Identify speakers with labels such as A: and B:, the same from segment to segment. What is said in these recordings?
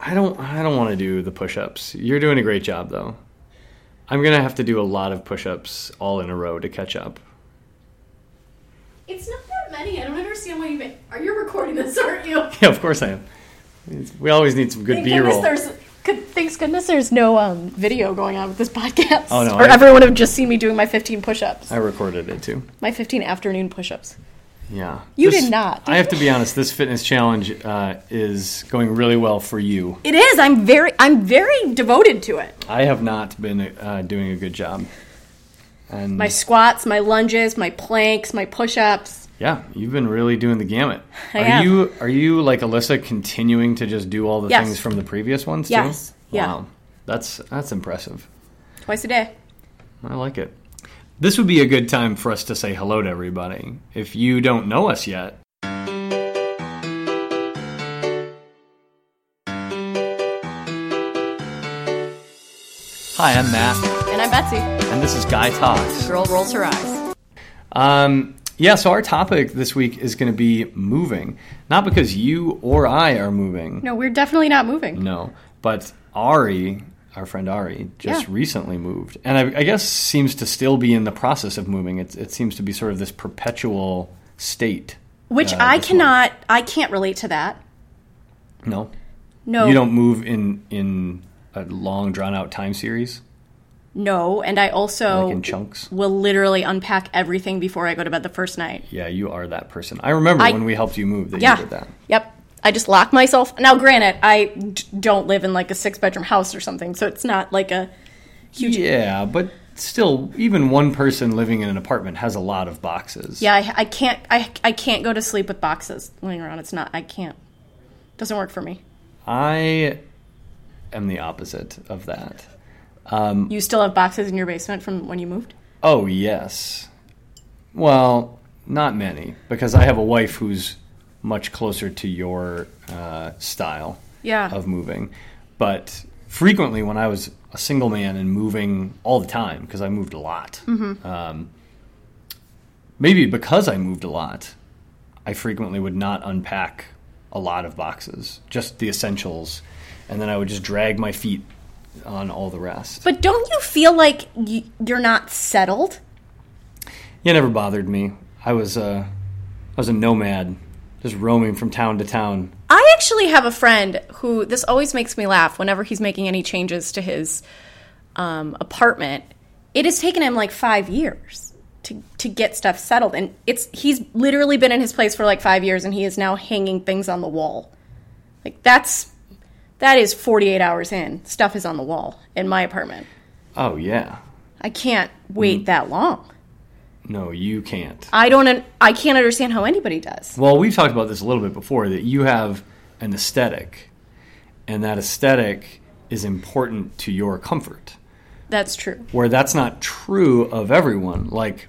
A: I don't I don't want to do the push-ups. You're doing a great job though. I'm going to have to do a lot of push-ups all in a row to catch up.
B: It's not that many. I don't understand why you make. Are you recording this? Aren't you?
A: Yeah, of course I am. It's- We always need some good
B: Thank goodness
A: B-roll.
B: there's- good- Thanks goodness there's no um, video going on with this podcast.
A: Oh, no,
B: or
A: I-
B: everyone would have just seen me doing my 15 push ups.
A: I recorded it too.
B: My 15 afternoon push ups.
A: Yeah.
B: You did not, did
A: I have to be honest. This fitness challenge uh, is going really well for you.
B: It is. I'm very I'm very devoted to it.
A: I have not been uh, doing a good job. And
B: My squats, my lunges, my planks, my push ups.
A: yeah, you've been really doing the gamut.
B: I
A: are
B: am.
A: you are you like Alyssa continuing to just do all the
B: Yes.
A: things from the previous ones
B: Yes.
A: too?
B: Yeah.
A: Wow. That's that's impressive.
B: Twice a day.
A: I like it. This would be a good time for us to say hello to everybody. If you don't know us yet, Hi, I'm Matt,
B: And I'm Betsy.
A: and this is Guy Talks.
B: Girl rolls her eyes.
A: Um, yeah, so our topic this week is going to be moving. Not because you or I are moving,
B: No, we're definitely not moving.
A: no, but Ari, our friend Ari, just
B: Yeah.
A: recently moved, and I, I guess seems to still be in the process of moving. It, it seems to be sort of this perpetual state.
B: Which
A: uh,
B: I
A: this one.
B: cannot I can't relate to that.
A: No,
B: No.
A: you don't move in in a long drawn out time series
B: No, and I also
A: like in chunks.
B: will literally unpack everything before I go to bed the first night.
A: Yeah, you are that person. I remember
B: I-
A: when we helped you move that
B: Yeah.
A: you did that.
B: Yep. I just lock myself. Now, granted, I d- don't live in like a six bedroom house or something, so it's not like a huge. Yeah,
A: Yeah, but still, even one person living in an apartment has a lot of boxes.
B: I, I can't. I, I can't go to sleep with boxes laying around. It's not. I can't. Doesn't work for me.
A: I am the opposite of that.
B: You still have boxes in your basement from when you moved.
A: Oh, yes. Well, not many, because I have a wife who's much closer to your uh, style
B: Yeah.
A: of moving. But frequently, when I was a single man and moving all the time, because I moved a lot, um, maybe because I moved a lot, I frequently would not unpack a lot of boxes, just the essentials. And then I would just drag my feet on all the rest.
B: But don't you feel like you, you're not settled?
A: Yeah, it never bothered me. I was uh, I was a nomad, just roaming from town to town.
B: I actually have a friend who this always makes me laugh whenever he's making any changes to his um, apartment. It has taken him like five years to to get stuff settled, and it's he's literally been in his place for like five years, and he is now hanging things on the wall. Like that's that is forty eight hours in. Stuff is on the wall in my apartment.
A: Oh yeah,
B: I can't wait that long.
A: no, you can't.
B: I don't. un- I can't understand how anybody does.
A: Well, we've talked about this a little bit before that you have an aesthetic, and that aesthetic is important to your comfort.
B: That's true.
A: Where that's not true of everyone. Like,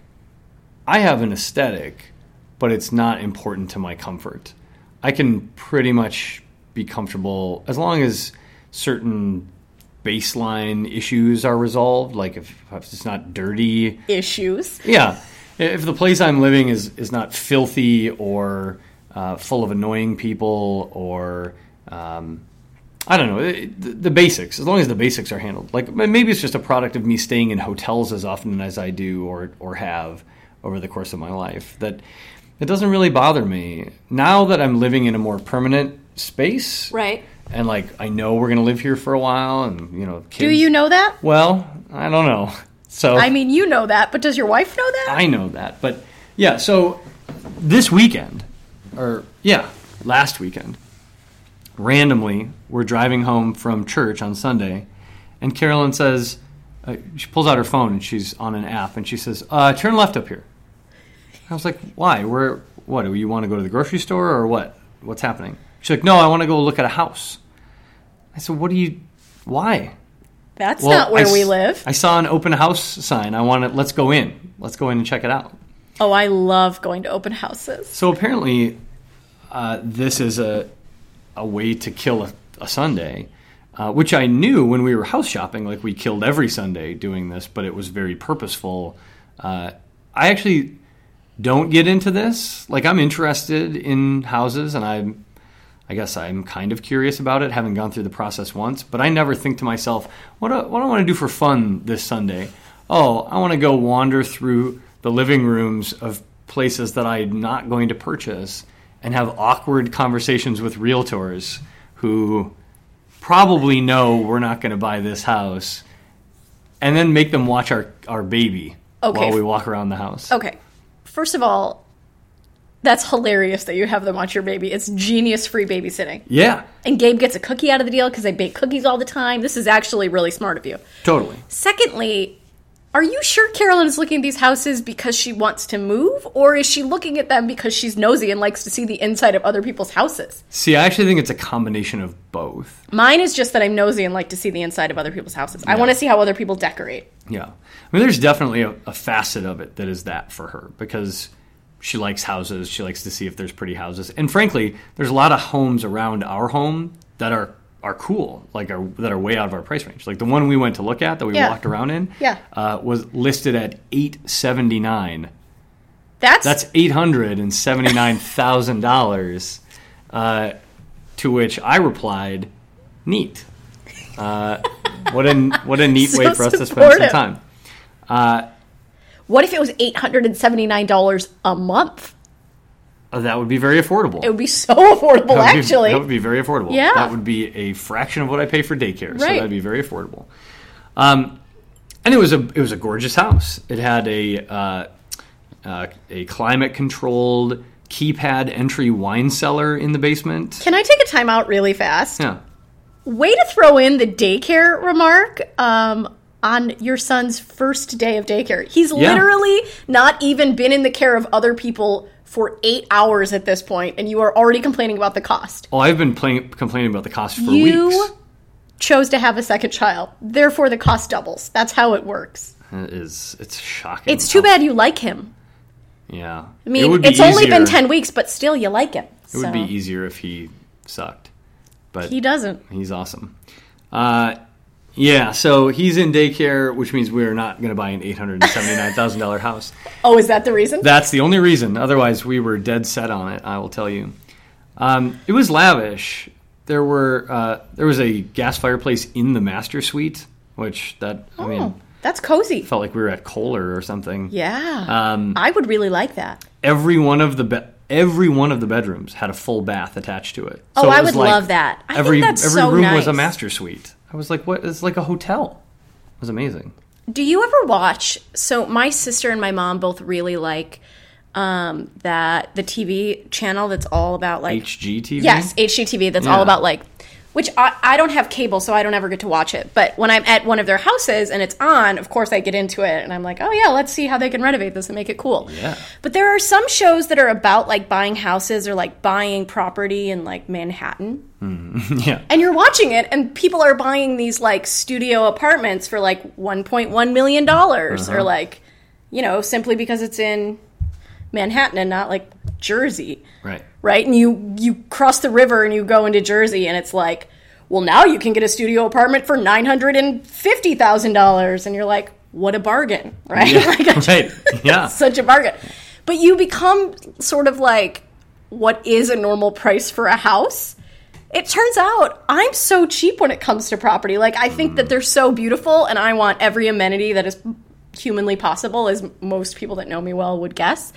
A: I have an aesthetic, but it's not important to my comfort. I can pretty much be comfortable as long as certain baseline issues are resolved. Like if, if it's not dirty,
B: Issues.
A: yeah. If the place I'm living is is not filthy or uh, full of annoying people or um, I don't know it- the, the basics, as long as the basics are handled. Like m- maybe it's just a product of me staying in hotels as often as I do or or have over the course of my life that it doesn't really bother me now that I'm living in a more permanent space.
B: Right.
A: And like I know we're gonna live here for a while, and you know, kids.
B: Do you know that?
A: Well, I don't know. So
B: I mean, you know that, but does your wife know that?
A: Oh. I know that, but yeah. So this weekend, or yeah, last weekend, randomly we're driving home from church on Sunday, and Carolyn says uh, she pulls out her phone and she's on an app and she says, uh, "Turn left up here." I was like, "Why? Where? What? Do you want to go to the grocery store or what? What's happening?" She's like, "No, I want to go look at a house." I said, "What do you? Why?"
B: That's
A: Well,
B: not where
A: I
B: we
A: s-
B: live.
A: I saw an open house sign. I want to let's go in. Let's go in and check it out.
B: oh, I love going to open houses.
A: So apparently, uh, this is a a way to kill a, a Sunday, uh, which I knew when we were house shopping. Like we killed every Sunday doing this, but it was very purposeful. Uh, I actually don't get into this. Like I'm interested in houses, and I'm I guess I'm kind of curious about it, having gone through the process once, but I never think to myself, what do, what do I want to do for fun this Sunday? Oh, I want to go wander through the living rooms of places that I'm not going to purchase and have awkward conversations with realtors who probably know we're not going to buy this house and then make them watch our, our baby
B: Okay. Oh.
A: while we walk around the house.
B: Okay. First of all, that's hilarious that you have them watch your baby. It's genius free babysitting.
A: Yeah,
B: And Gabe gets a cookie out of the deal because they bake cookies all the time. This is actually really smart of you.
A: totally.
B: Secondly, are you sure Carolyn is looking at these houses because she wants to move? Or is she looking at them because she's nosy and likes to see the inside of other people's houses?
A: See, I actually think it's a combination of both.
B: Mine is just that I'm nosy and like to see the inside of other people's houses. I want to see how other people decorate.
A: Yeah. I mean, there's definitely a, a facet of it that is that for her because she likes houses. She likes to see if there's pretty houses. And frankly, there's a lot of homes around our home that are are cool, like are that are way out of our price range. Like the one we went to look at that we
B: Yeah.
A: walked around in,
B: Yeah.
A: uh, was listed at eight seventy nine.
B: That's,
A: That's eight hundred and seventy nine thousand dollars. Uh, to which I replied, "Neat. Uh, what a what a neat
B: So
A: way for us to spend some
B: supportive.
A: time."
B: what if it was $879 a month?
A: Uh, that would be very affordable.
B: It would be so affordable,
A: That would be-
B: actually.
A: that would be very affordable.
B: Yeah.
A: that would be a fraction of what I pay for daycare. So
B: Right.
A: that'd be very affordable. Um, and it was a it was a gorgeous house. It had a uh, uh, a climate controlled keypad entry wine cellar in the basement.
B: Can I take a time out really fast?
A: Yeah,
B: Way to throw in the daycare remark um, on your son's first day of daycare. He's
A: Yeah.
B: literally not even been in the care of other people for eight hours at this point, and you are already complaining about the cost.
A: Well, Oh, I've been plain complaining about the cost for
B: You-
A: weeks.
B: Chose to have a second child, therefore the cost doubles. That's how it works.
A: It is it's shocking.
B: It's too bad you like him.
A: Yeah,
B: I mean, it's only been ten weeks, but still you like him.
A: It would be easier if he sucked, but
B: He doesn't.
A: He's awesome. Uh, yeah, so he's in daycare, which means we are not going to buy an eight hundred and seventy-nine thousand dollar house.
B: Oh, is that the reason?
A: That's the only reason. Otherwise, we were dead set on it. I will tell you. Um, it was lavish. There were uh, there was a gas fireplace in the master suite, which that I
B: Oh,
A: mean
B: that's cozy.
A: felt like we were at Kohler or something.
B: Yeah,
A: Um,
B: I would really like that.
A: Every one of the be- every one of the bedrooms had a full bath attached to it.
B: Oh,
A: it
B: I
A: was
B: would love that. I think
A: every
B: that's
A: every
B: so
A: room was a
B: nice.
A: master suite. I was like, what? It's like a hotel. It was amazing.
B: Do you ever watch? So my sister and my mom both really like um, that the TV channel that's all about like
A: HGTV.
B: yes HGTV that's
A: Yeah.
B: all about like which I, I don't have cable so I don't ever get to watch it. But when I'm at one of their houses and it's on, of course I get into it and I'm like, oh yeah, let's see how they can renovate this and make it cool.
A: Yeah.
B: But there are some shows that are about like buying houses or like buying property in like Manhattan.
A: yeah.
B: and you're watching it and people are buying these like studio apartments for like 1.1 million dollars or like you know simply because it's in manhattan and not like jersey
A: Right.
B: right and you you cross the river and you go into jersey and it's like well now you can get a studio apartment for $950000 and you're like what a bargain right
A: Yeah.
B: like I just-
A: right. Yeah.
B: such a bargain. But you become sort of like what is a normal price for a house? It turns out I'm so cheap when it comes to property. Like I think
A: Mm.
B: that they're so beautiful and I want every amenity that is humanly possible as most people that know me well would guess.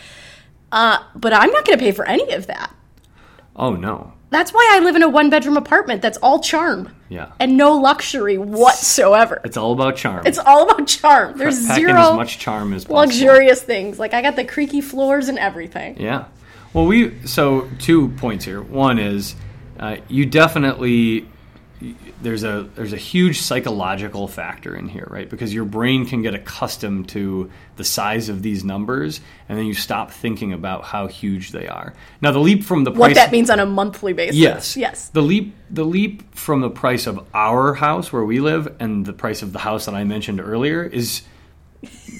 B: Uh, but I'm not going to pay for any of that.
A: Oh no.
B: That's why I live in a one bedroom apartment that's all charm
A: Yeah.
B: and no luxury whatsoever.
A: it's all about charm.
B: It's all about charm. There's
A: Packing
B: zero
A: as much charm as possible.
B: luxurious things. Like I got the creaky floors and everything.
A: Yeah. Well, we so two points here. One is uh, you definitely there's a there's a huge psychological factor in here, right? Because your brain can get accustomed to the size of these numbers, and then you stop thinking about how huge they are. Now, the leap from the price
B: What that means on a monthly basis.
A: Yes.
B: Yes.
A: The leap the leap from the price of our house where we live and the price of the house that I mentioned earlier is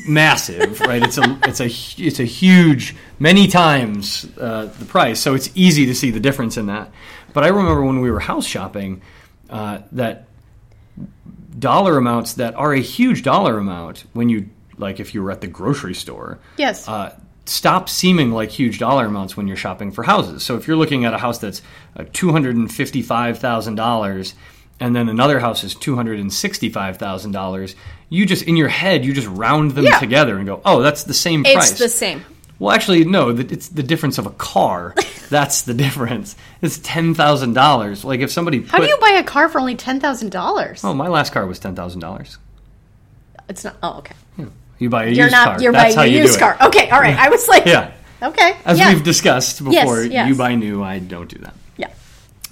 A: massive, right? It's a it's a hu- it's a huge many times uh, the price, so it's easy to see the difference in that. But I remember when we were house shopping uh, that dollar amounts that are a huge dollar amount when you like if you were at the grocery store
B: Yes.
A: uh, stop seeming like huge dollar amounts when you're shopping for houses. So if you're looking at a house that's uh, $255,000 and then another house is $265,000, you just in your head you just round them
C: Yeah.
A: together and go, "Oh, that's the same price."
C: It's the same.
A: Well, actually, no. th- It's the difference of a car. That's the difference. It's ten thousand dollars. Like if somebody
B: How
A: put,
B: do you buy a car for only ten thousand dollars?
A: oh, my last car was ten thousand dollars.
B: It's not. Oh, okay.
A: You buy a
C: You're
A: used
C: not.
A: car.
C: You're
A: That's how
C: buying a
A: you
C: used
A: do
C: car.
A: it.
C: Okay. All right. I was like.
A: Yeah,
B: Okay.
A: as
B: yeah.
A: we've discussed before, you
C: yes.
A: buy new. I don't do that.
C: Yeah.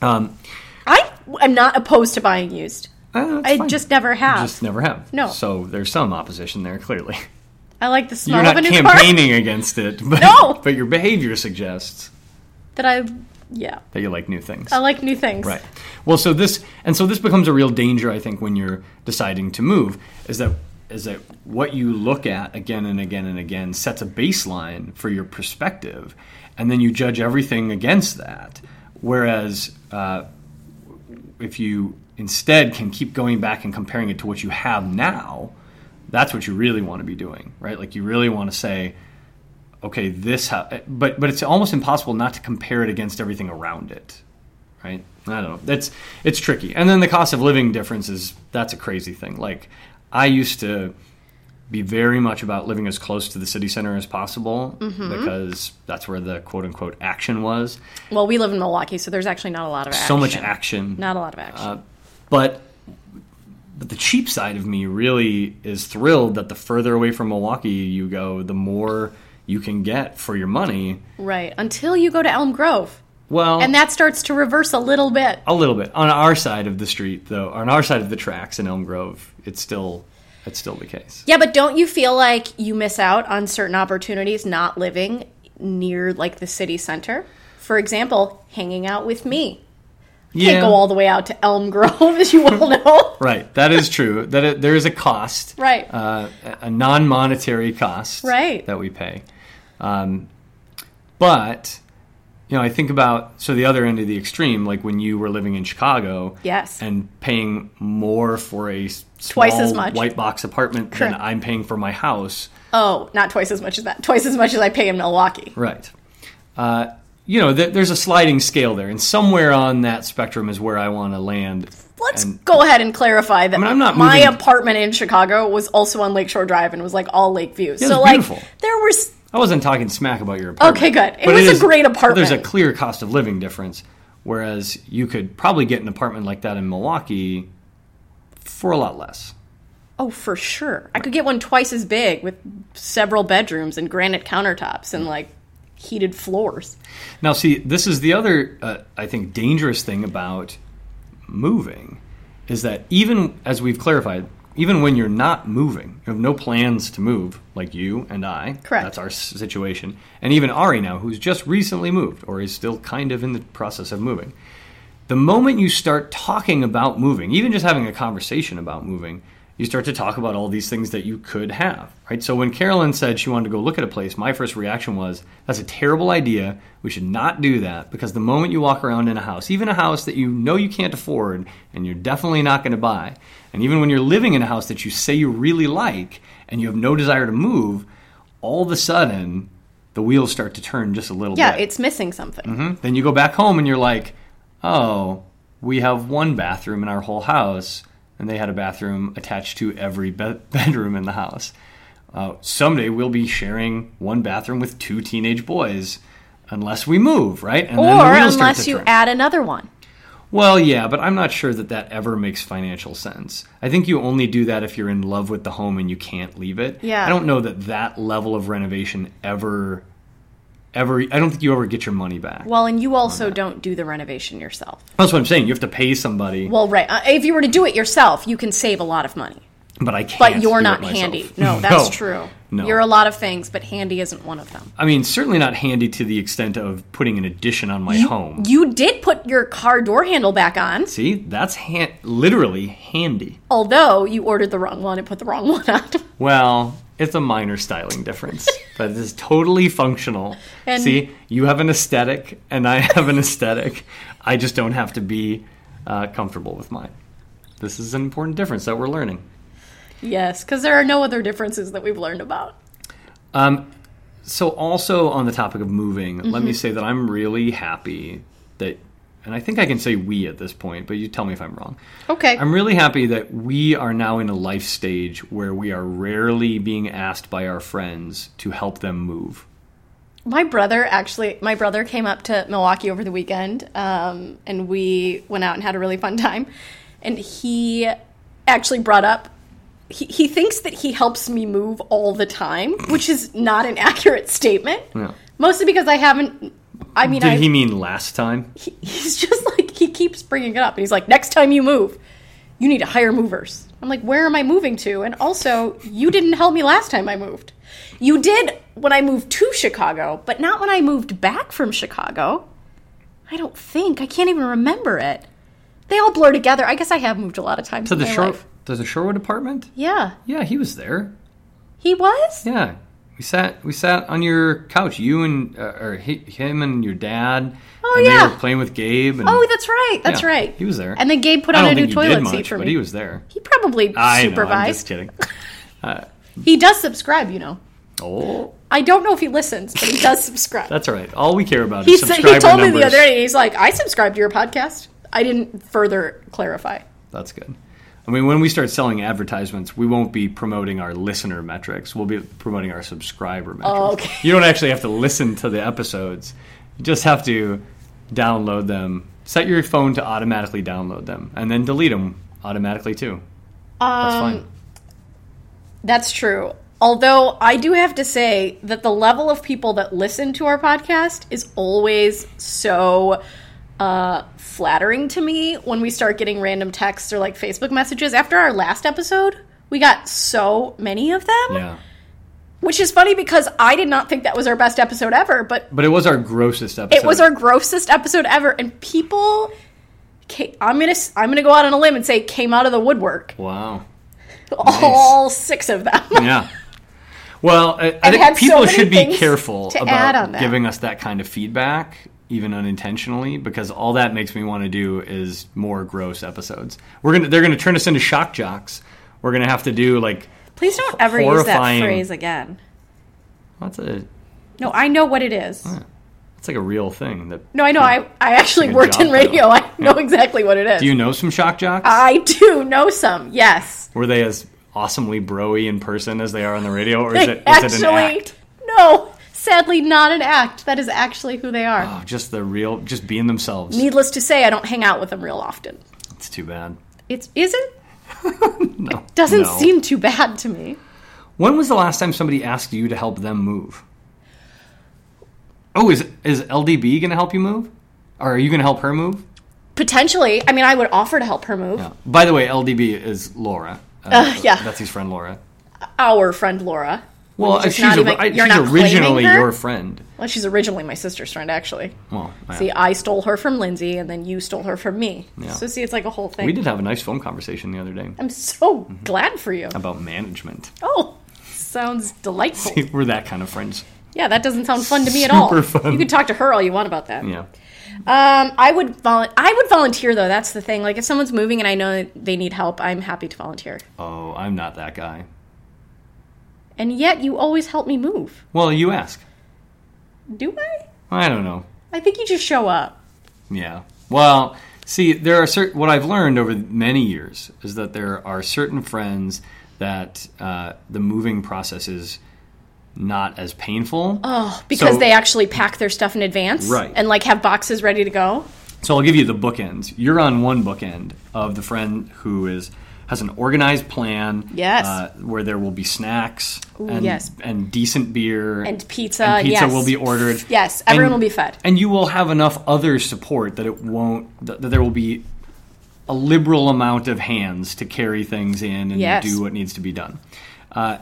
A: Um,
B: I
C: I'm not opposed to buying used.
A: uh, it's
B: I
A: fine.
B: just never have.
A: just never have.
B: No.
A: So there's some opposition there. Clearly,
B: I like the smell
A: you're
B: of
A: not
B: a new car.
A: campaigning against it. But,
B: No.
A: But your behavior suggests
B: That I. Yeah.
A: that you like new things.
B: I like new things.
A: Right. Well, so this and so this becomes a real danger, I think, when you're deciding to move, is that is that what you look at again and again and again sets a baseline for your perspective, and then you judge everything against that. Whereas uh, if you instead can keep going back and comparing it to what you have now, that's what you really want to be doing, right? Like you really want to say, okay, this, ha-, but but it's almost impossible not to compare it against everything around it, right? I don't know. That's it's tricky. And then the cost of living difference is that's a crazy thing. Like I used to be very much about living as close to the city center as possible because that's where the quote unquote action was.
B: Well, we live in Milwaukee, so there's actually not a lot of action.
A: So much action. Uh,
B: Not a lot of action.
A: but but the cheap side of me really is thrilled that the further away from Milwaukee you go, the more you can get for your money.
B: right. Until you go to Elm Grove,
A: Well,
B: and that starts to reverse a little bit.
A: a little bit on our side of the street, though, on our side of the tracks in Elm Grove, it's still it's still the case.
B: Yeah, but don't you feel like you miss out on certain opportunities not living near like the city center? For example, hanging out with me.
A: Yeah,
B: Can't go all the way out to Elm Grove, as you all know.
A: right. That is true. that it, there is a cost,
B: Right.
A: Uh, a- a non-monetary cost,
B: Right.
A: that we pay. Um, but you know, I think about so the other end of the extreme, like when you were living in Chicago,
B: Yes.
A: and paying more for a s-
B: Twice as
A: small
B: much.
A: white box apartment than
B: Correct.
A: I'm paying for my house,
B: Oh, not twice as much as that. Twice as much as I pay in Milwaukee.
A: Right. Uh, you know, th- there's a sliding scale there, and somewhere on that spectrum is where I want to land.
B: Let's
A: And-
B: go ahead and clarify that
A: mean, I'm not
B: my
A: moving-
B: apartment in Chicago was also on Lakeshore Drive and was like all lake views.
A: it
B: so
A: was
B: like
A: beautiful.
B: there was
A: I wasn't talking smack about your apartment.
B: Okay, good. It
A: but
B: was a great
A: There's a
B: apartment.
A: clear cost of living difference, whereas you could probably get an apartment like that in Milwaukee for a lot less.
B: Oh, for sure. I could get one twice as big with several bedrooms and granite countertops and like heated floors.
A: Now, see, this is the other, uh, I think, dangerous thing about moving is that even as we've clarified, even when you're not moving, you have no plans to move, like you and I.
B: Correct.
A: That's our s- situation. And even Ari now, who's just recently moved or is still kind of in the process of moving. The moment you start talking about moving, even just having a conversation about moving, you start to talk about all these things that you could have, right? So when Carolyn said she wanted to go look at a place, my first reaction was, that's a terrible idea. We should not do that because the moment you walk around in a house, even a house that you know you can't afford and you're definitely not going to buy, and even when you're living in a house that you say you really like and you have no desire to move, all of a sudden the wheels start to turn just a little
B: Yeah,
A: bit.
B: it's missing something.
A: Hmm? Then you go back home and you're like, oh, we have one bathroom in our whole house, and they had a bathroom attached to every be- bedroom in the house. Uh, someday we'll be sharing one bathroom with two teenage boys, unless we move, right? And
B: Or
A: wheels start
B: unless
A: to
B: you
A: turn.
B: add another one.
A: Well, yeah, but I'm not sure that that ever makes financial sense. I think you only do that if you're in love with the home and you can't leave it.
B: Yeah.
A: I don't know that that level of renovation ever, ever. I don't think you ever get your money back.
B: Well, and
A: Oh,
B: you also don't do the renovation yourself.
A: That's what I'm saying. You have to pay somebody,
B: Well, right. Uh, if you were to do it yourself, you can save a lot of money.
A: but I can't.
B: But you're
A: do
B: not
A: it myself.
B: handy. No, that's true.
A: No.
B: You're a lot of things, but handy isn't one of them.
A: I mean, certainly not handy to the extent of putting an addition on my home.
B: You did put your car door handle back on,
A: See, that's hand, literally handy.
B: although you ordered the wrong one and put the wrong one on.
A: Well, it's a minor styling difference, but it is totally functional.
B: And-
A: See, you have an aesthetic, and I have an aesthetic. I just don't have to be uh, comfortable with mine. This is an important difference that we're learning.
B: yes, because there are no other differences that we've learned about.
A: Um, so also on the topic of moving, let
B: Mm-hmm.
A: me say that I'm really happy that, and I think I can say we at this point, but you tell me if I'm wrong.
B: Okay.
A: I'm really happy that we are now in a life stage where we are rarely being asked by our friends to help them move.
B: My brother actually, my brother came up to Milwaukee over the weekend, um, and we went out and had a really fun time. And he actually brought up he, he thinks that he helps me move all the time, which is not an accurate statement.
A: Yeah.
B: Mostly because I haven't. I mean,
A: Did
B: I,
A: he mean last time?
B: he, he's just like he keeps bringing it up, and he's like, "Next time you move, you need to hire movers." I'm like, "Where am I moving to?" And also, you didn't help me last time I moved. You did when I moved to Chicago, but not when I moved back from Chicago. I don't think I can't even remember it. They all blur together. I guess I have moved a lot of times.
A: To the
B: in my
A: shore,
B: life.
A: to the Shorewood apartment?
B: Yeah,
A: Yeah, he was there.
B: he was.
A: Yeah, we sat we sat on your couch. You and uh, or he, him and your dad.
B: Oh,
A: and
B: yeah.
A: They were playing with Gabe. And,
B: Oh, that's right. That's
A: yeah,
B: right.
A: He was there.
B: And then Gabe put
A: I
B: on
A: don't
B: a new
A: think he
B: toilet
A: did much,
B: seat for
A: but
B: me.
A: he was there.
B: He probably
A: I know. I'm just
B: supervised.
A: kidding.
B: he does subscribe, you know.
A: Oh,
B: I don't know if he listens, but he does subscribe.
A: that's all right. All we care about
B: he
A: is
B: said
A: subscriber
B: he told
A: numbers.
B: me the other day. He's like, I subscribe to your podcast. I didn't further clarify.
A: That's good. I mean, when we start selling advertisements, we won't be promoting our listener metrics. We'll be promoting our subscriber metrics.
B: Oh, okay.
A: You don't actually have to listen to the episodes. You just have to download them. Set your phone to automatically download them and then delete them automatically too. That's
B: Um,
A: fine.
B: That's true. Although I do have to say that the level of people that listen to our podcast is always so uh, flattering to me when we start getting random texts or like Facebook messages. After our last episode, we got so many of them,
A: Yeah.
B: which is funny because I did not think that was our best episode ever, but
A: But it was our grossest episode.
B: It was our grossest episode ever, and people. Came, I'm gonna s- I'm gonna go out on a limb and say came out of the woodwork.
A: Wow.
B: All six of them.
A: Yeah. Well, I, I
B: had
A: think
B: so
A: people
B: many
A: should be
B: things
A: careful
B: to add on
A: about
B: that.
A: giving us that kind of feedback, even unintentionally, because all that makes me want to do is more gross episodes. We're gonna they're gonna turn us into shock jocks. We're gonna have to do like
B: Please don't ever use that
A: Horrifying.
B: phrase again.
A: that's a
B: No, I know what it is.
A: that's like a real thing. That
B: No, I know. I I actually
A: Good
B: worked
A: job,
B: in radio.
A: though.
B: I know exactly what it is.
A: do you know some shock jocks?
B: I do know some. Yes,
A: Were they as awesomely broy in person as they are on the radio, or is
B: They
A: it is it an act?
B: no. Sadly, not an act. That is actually who they are.
A: Oh, just the real, just being themselves.
B: Needless to say, I don't hang out with them real often.
A: It's too bad.
B: It's isn't
A: No,
B: doesn't
A: no.
B: seem too bad to me.
A: When was the last time somebody asked you to help them move? Oh, is is LDB going to help you move? Or are you going to help her move?
B: Potentially. I mean, I would offer to help her move.
A: No. By the way, LDB is Laura. Uh,
B: yeah.
A: Betsy's friend Laura.
B: Our friend Laura.
A: Well,
B: Which is
A: she's,
B: not
A: a-
B: even-
A: I-
B: you're
A: she's
B: not claiming
A: originally
B: her?
A: your friend.
B: Well, she's originally my sister's friend, actually.
A: Well, yeah.
B: See, I stole her from Lindsay, and then you stole her from me. So, see, it's like a whole thing.
A: we did Mm-hmm. have a nice phone conversation the other day
B: I'm so glad for you.
A: about management.
B: Oh, sounds delightful.
A: We're that kind of friends.
B: yeah, that doesn't sound fun to me at all.
A: Super fun.
B: You can talk to her all you want about that.
A: Yeah.
B: Um, I would volu- I would volunteer though. That's the thing. Like, if someone's moving and I know that they need help, I'm happy to volunteer.
A: Oh, I'm not that guy.
B: And yet, you always help me move.
A: Well, you ask.
B: Do I?
A: I don't know.
B: I think you just show up.
A: Yeah. Well, see, there are certain. What I've learned over many years is that there are certain friends that uh, the moving process is not as painful. Oh,
B: because they actually pack their stuff in advance
A: Right.
B: and like have boxes ready to go
A: So I'll give you the bookends. You're on one bookend of the friend who is has an organized plan.
B: Yes.
A: Uh, where there will be snacks and
B: yes.
A: and decent beer
B: and pizza.
A: And pizza
B: yes.
A: will be ordered.
B: Yes, everyone
A: And-
B: will be fed.
A: and you will have enough other support that it won't that, that there will be a liberal amount of hands to carry things in and
B: Yes.
A: do what needs to be done uh,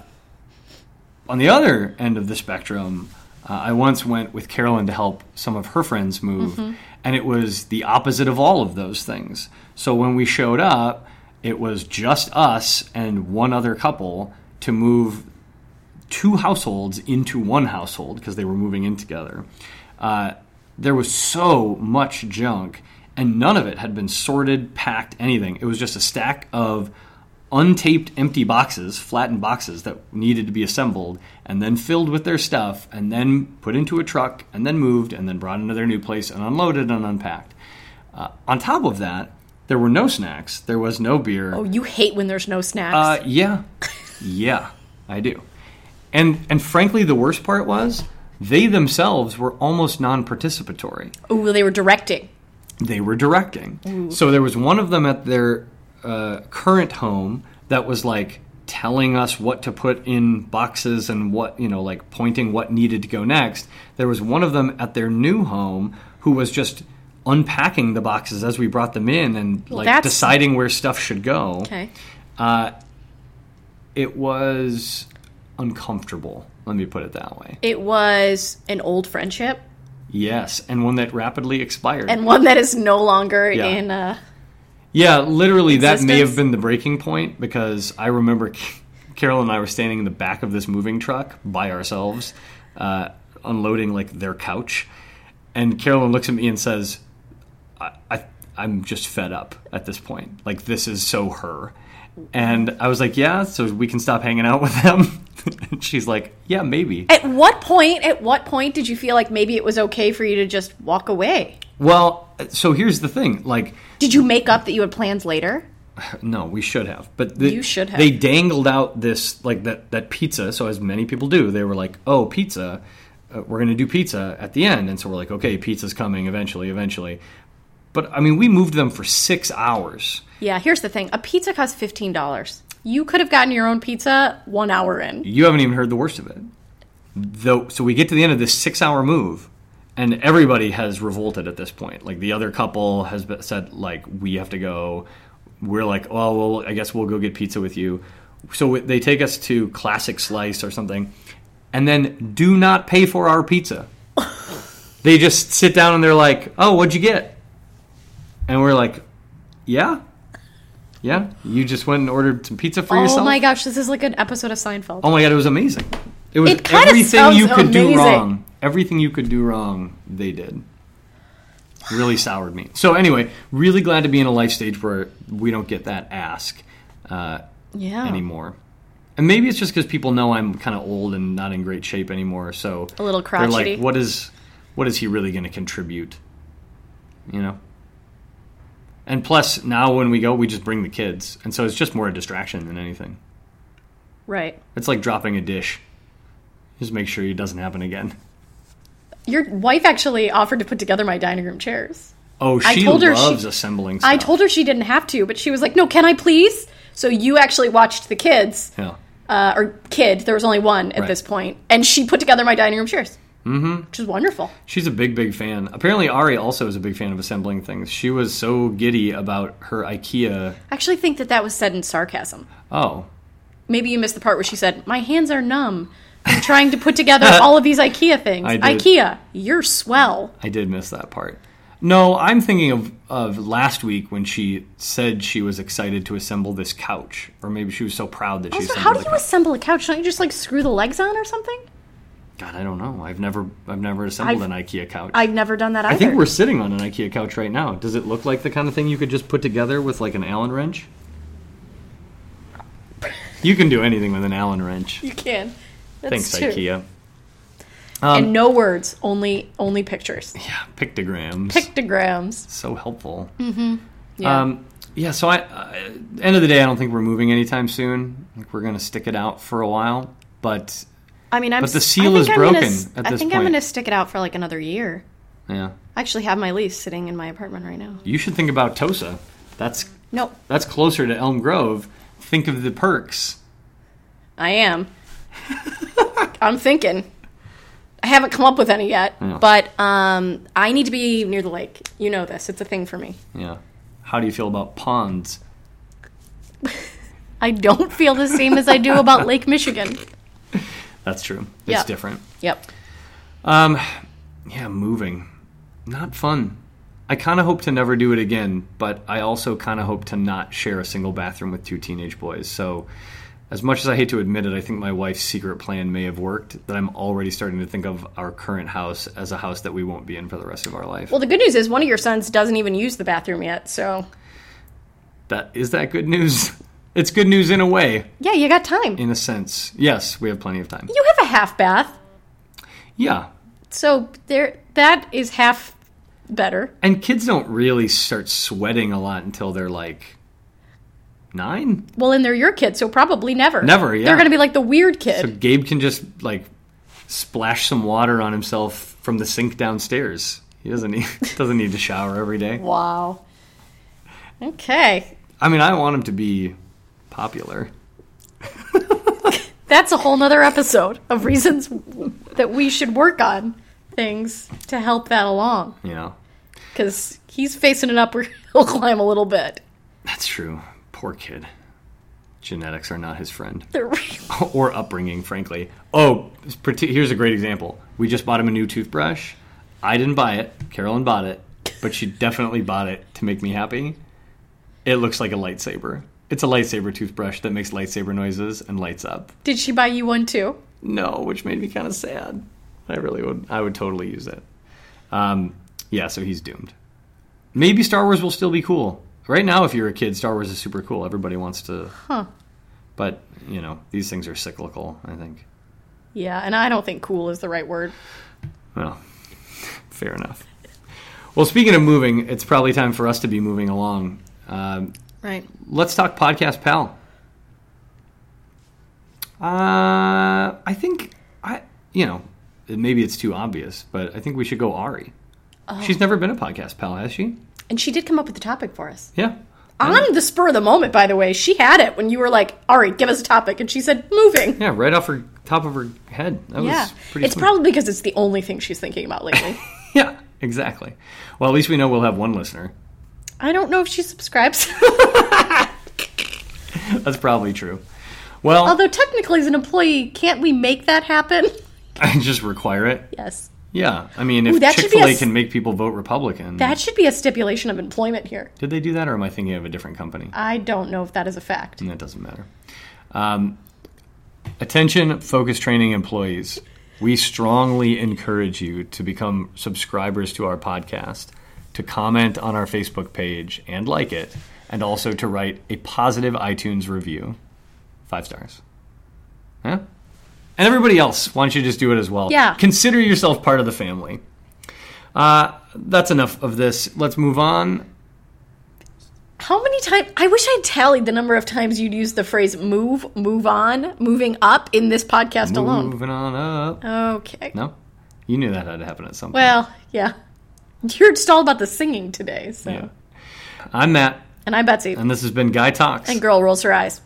A: on the other end of the spectrum uh, i once went with carolyn to help some of her friends move
B: Mm-hmm.
A: and it was the opposite of all of those things so when we showed up it was just us and one other couple to move two households into one household because they were moving in together. Uh, there was so much junk, and none of it had been sorted, packed, anything. It was just a stack of untaped empty boxes, flattened boxes that needed to be assembled and then filled with their stuff and then put into a truck and then moved and then brought into their new place and unloaded and unpacked. Uh, on top of that, there were no snacks, there was no beer.
B: Oh, you hate when there's no snacks.
A: Uh, yeah, yeah, I do. And and frankly, the worst part was they themselves were almost non-participatory.
B: oh, well, they were directing.
A: They were directing. So there was one of them at their uh, current home that was like telling us what to put in boxes and what you know, like pointing what needed to go next. There was one of them at their new home who was just unpacking the boxes as we brought them in and like
B: that's-
A: deciding where stuff should go
B: Okay.
A: it was uncomfortable. Let me put it that way.
B: It was an old friendship
A: Yes, and one that rapidly expired.
B: and one that is no longer
A: Yeah.
B: in. Uh,
A: yeah, literally, that may
B: Existence.
A: have been the breaking point because I remember Carol and I were standing in the back of this moving truck by ourselves, uh, unloading like their couch, and Carolyn looks at me and says, I, I, "I'm just fed up at this point. Like this is so her." And I was like, "Yeah, so we can stop hanging out with them." and she's like, "Yeah, maybe."
B: at what point? At what point did you feel like maybe it was okay for you to just walk away?
A: Well, so here's the thing. Like,
B: Did you make up that you had plans later?
A: no, we should have. But the,
B: You should have.
A: They dangled out this like that that pizza. So as many people do, they were like, "Oh, pizza. Uh, we're going to do pizza at the end." And so we're like, "Okay, pizza's coming eventually, eventually." But I mean, we moved them for six hours.
B: Yeah. Here's the thing: a pizza costs fifteen dollars. You could have gotten your own pizza one hour in.
A: You haven't even heard the worst of it. Though, so we get to the end of this six-hour move, and everybody has revolted at this point. Like the other couple has be- said, like we have to go. We're like, oh well, I guess we'll go get pizza with you. So they take us to Classic Slice or something, and then do not pay for our pizza. they just sit down and they're like, oh, what'd you get? And we're like, yeah, yeah. You just went and ordered some pizza for yourself.
B: Oh my gosh, this is like an episode of Seinfeld.
A: Oh my god, it was amazing. It was
B: It kinda
A: everything
B: sounds
A: you could do
B: amazing.
A: wrong. Everything you could do wrong, they did. Really soured me. So anyway, really glad to be in a life stage where we don't get that ask uh,
B: yeah.
A: anymore. And maybe it's just because people know I'm kind of old and not in great shape anymore. So
B: A little
A: They're
B: crotchety.
A: like, what is, what is he really going to contribute? You know. And plus, now when we go, we just bring the kids, and so it's just more a distraction than anything.
B: Right.
A: It's like dropping a dish. Just make sure it doesn't happen again.
B: Your wife actually offered to put together my dining room chairs.
A: Oh, she
B: I told her she-
A: loves assembling stuff.
B: I told her she didn't have to, but she was like, "No, can I please?" So you actually watched the kids,
A: Yeah.
B: uh, or kid. There was only one at
A: Right.
B: this point, and she put together my dining room chairs, mm-hmm. which is wonderful.
A: She's a big, big fan. Apparently, Ari also is a big fan of assembling things. She was so giddy about her IKEA.
B: I actually think that that was said in sarcasm.
A: Oh,
B: Maybe you missed the part where she said, "My hands are numb. I'm trying to put together all of these IKEA things."
A: I did.
B: IKEA, you're swell.
A: I did miss that part. No, I'm thinking of, of last week when she said she was excited to assemble this couch, or maybe she was so proud that she
B: Also,
A: assembled
B: how do
A: the
B: you
A: couch.
B: assemble a couch? Don't you just like screw the legs on or something?
A: God, I don't know. I've never, I've never assembled
B: I've-
A: an IKEA couch.
B: I've never done that either.
A: I think we're sitting on an IKEA couch right now. Does it look like the kind of thing you could just put together with like an Allen wrench? You can do anything with an Allen wrench.
B: you can. That's
A: Thanks,
B: true.
A: IKEA. Um,
B: and no words, only only pictures.
A: Yeah, pictograms.
B: Pictograms.
A: so helpful.
B: Mm-hmm. Yeah.
A: Um, yeah. So I, uh, end of the day, I don't think we're moving anytime soon. I think we're gonna stick it out for a while. But
B: I mean, I'm.
A: but the
B: s- I
A: seal
B: think
A: is
B: I'm gonna
A: broken
B: s-
A: at
B: I
A: this
B: think I'm
A: point.
B: going to stick it out for like another year.
A: yeah,
B: I actually have my lease sitting in my apartment right now.
A: you should think about Tosa. That's
B: No,
A: that's closer to Elm Grove. Think of the perks.
B: I am. I'm thinking. I haven't come up with any yet,
A: Yeah.
B: but um, I need to be near the lake. You know this; it's a thing for me.
A: Yeah. How do you feel about ponds?
B: I don't feel the same as I do about Lake Michigan.
A: That's true. It's
B: Yeah.
A: different.
B: Yep.
A: Um, yeah, moving, not fun. I kind of hope to never do it again, but I also kind of hope to not share a single bathroom with two teenage boys. So, as much as I hate to admit it, I think my wife's secret plan may have worked. That I'm already starting to think of our current house as a house that we won't be in for the rest of our life.
B: Well, the good news is one of your sons doesn't even use the bathroom yet, so
A: that is that good news. It's good news in a way,
B: Yeah, you got time.
A: in a sense. Yes, we have plenty of time.
B: You have a half bath,
A: Yeah.
B: so there. That is half better.
A: And kids don't really start sweating a lot until they're like nine.
B: Well, and they're your kid, so probably never.
A: Never, yeah.
B: They're gonna be like the weird kid.
A: So Gabe can just like splash some water on himself from the sink downstairs. He doesn't need, doesn't need to shower every day.
B: wow. Okay,
A: I mean, I want him to be popular.
B: that's a whole nother episode of reasons that we should work on things to help that along.
A: You know,
B: because he's facing an upward hill climb a little bit.
A: that's true. Poor kid. Genetics are not his friend.
B: They're really-
A: or upbringing, frankly. Oh, it's parti- here's a great example. We just bought him a new toothbrush. I didn't buy it. Carolyn bought it, but she definitely bought it to make me happy. It looks like a lightsaber. It's a lightsaber toothbrush that makes lightsaber noises and lights up.
B: Did she buy you one too?
A: No, which made me kind of sad. I really would. I would totally use it. Um, yeah, so he's doomed. Maybe Star Wars will still be cool. Right now, if you're a kid, Star Wars is super cool. Everybody wants to.
B: Huh.
A: But you know, these things are cyclical. I think.
B: Yeah, and I don't think cool is the right word.
A: Well, fair enough. Well, speaking of moving, it's probably time for us to be moving along. Um,
B: Right.
A: let's talk podcast pal. Uh, I think I, you know, maybe it's too obvious, but I think we should go Ari.
B: Oh.
A: She's never been a podcast pal, has she?
B: And she did come up with the topic for us.
A: Yeah.
B: On the spur of the moment, by the way, she had it when you were like, "All right, give us a topic," and she said, "Moving."
A: Yeah, right off her top of her head. That
B: Yeah,
A: was pretty
B: it's
A: smooth.
B: probably because it's the only thing she's thinking about lately.
A: Yeah, exactly. Well, at least we know we'll have one listener.
B: I don't know if she subscribes,
A: That's probably true. Well,
B: although technically, as an employee, can't we make that happen?
A: I just require it.
B: Yes,
A: Yeah, I mean, if
B: Ooh, that
A: Chick
B: should be
A: Fil
B: a
A: A
B: s-
A: can make people vote Republican,
B: that should be a stipulation of employment here.
A: did they do that, or am I thinking of a different company?
B: I don't know if that is a fact.
A: That doesn't matter. Um, attention, focus training employees. We strongly encourage you to become subscribers to our podcast, to comment on our Facebook page and like it, and also to write a positive iTunes review, five stars. Huh? And everybody else, why don't you just do it as well?
B: Yeah.
A: Consider yourself part of the family. Uh, that's enough of this. Let's move on.
B: How many times? I wish I tallied the number of times you'd use the phrase move, move on, moving up in this podcast alone.
A: Moving on up.
B: Okay.
A: No? You knew that had to happen at some point.
B: Well, yeah. You're just all about the singing today, so.
A: Yeah. I'm Matt,
B: And I'm Betsy.
A: and this has been Guy Talks.
B: and girl rolls her eyes.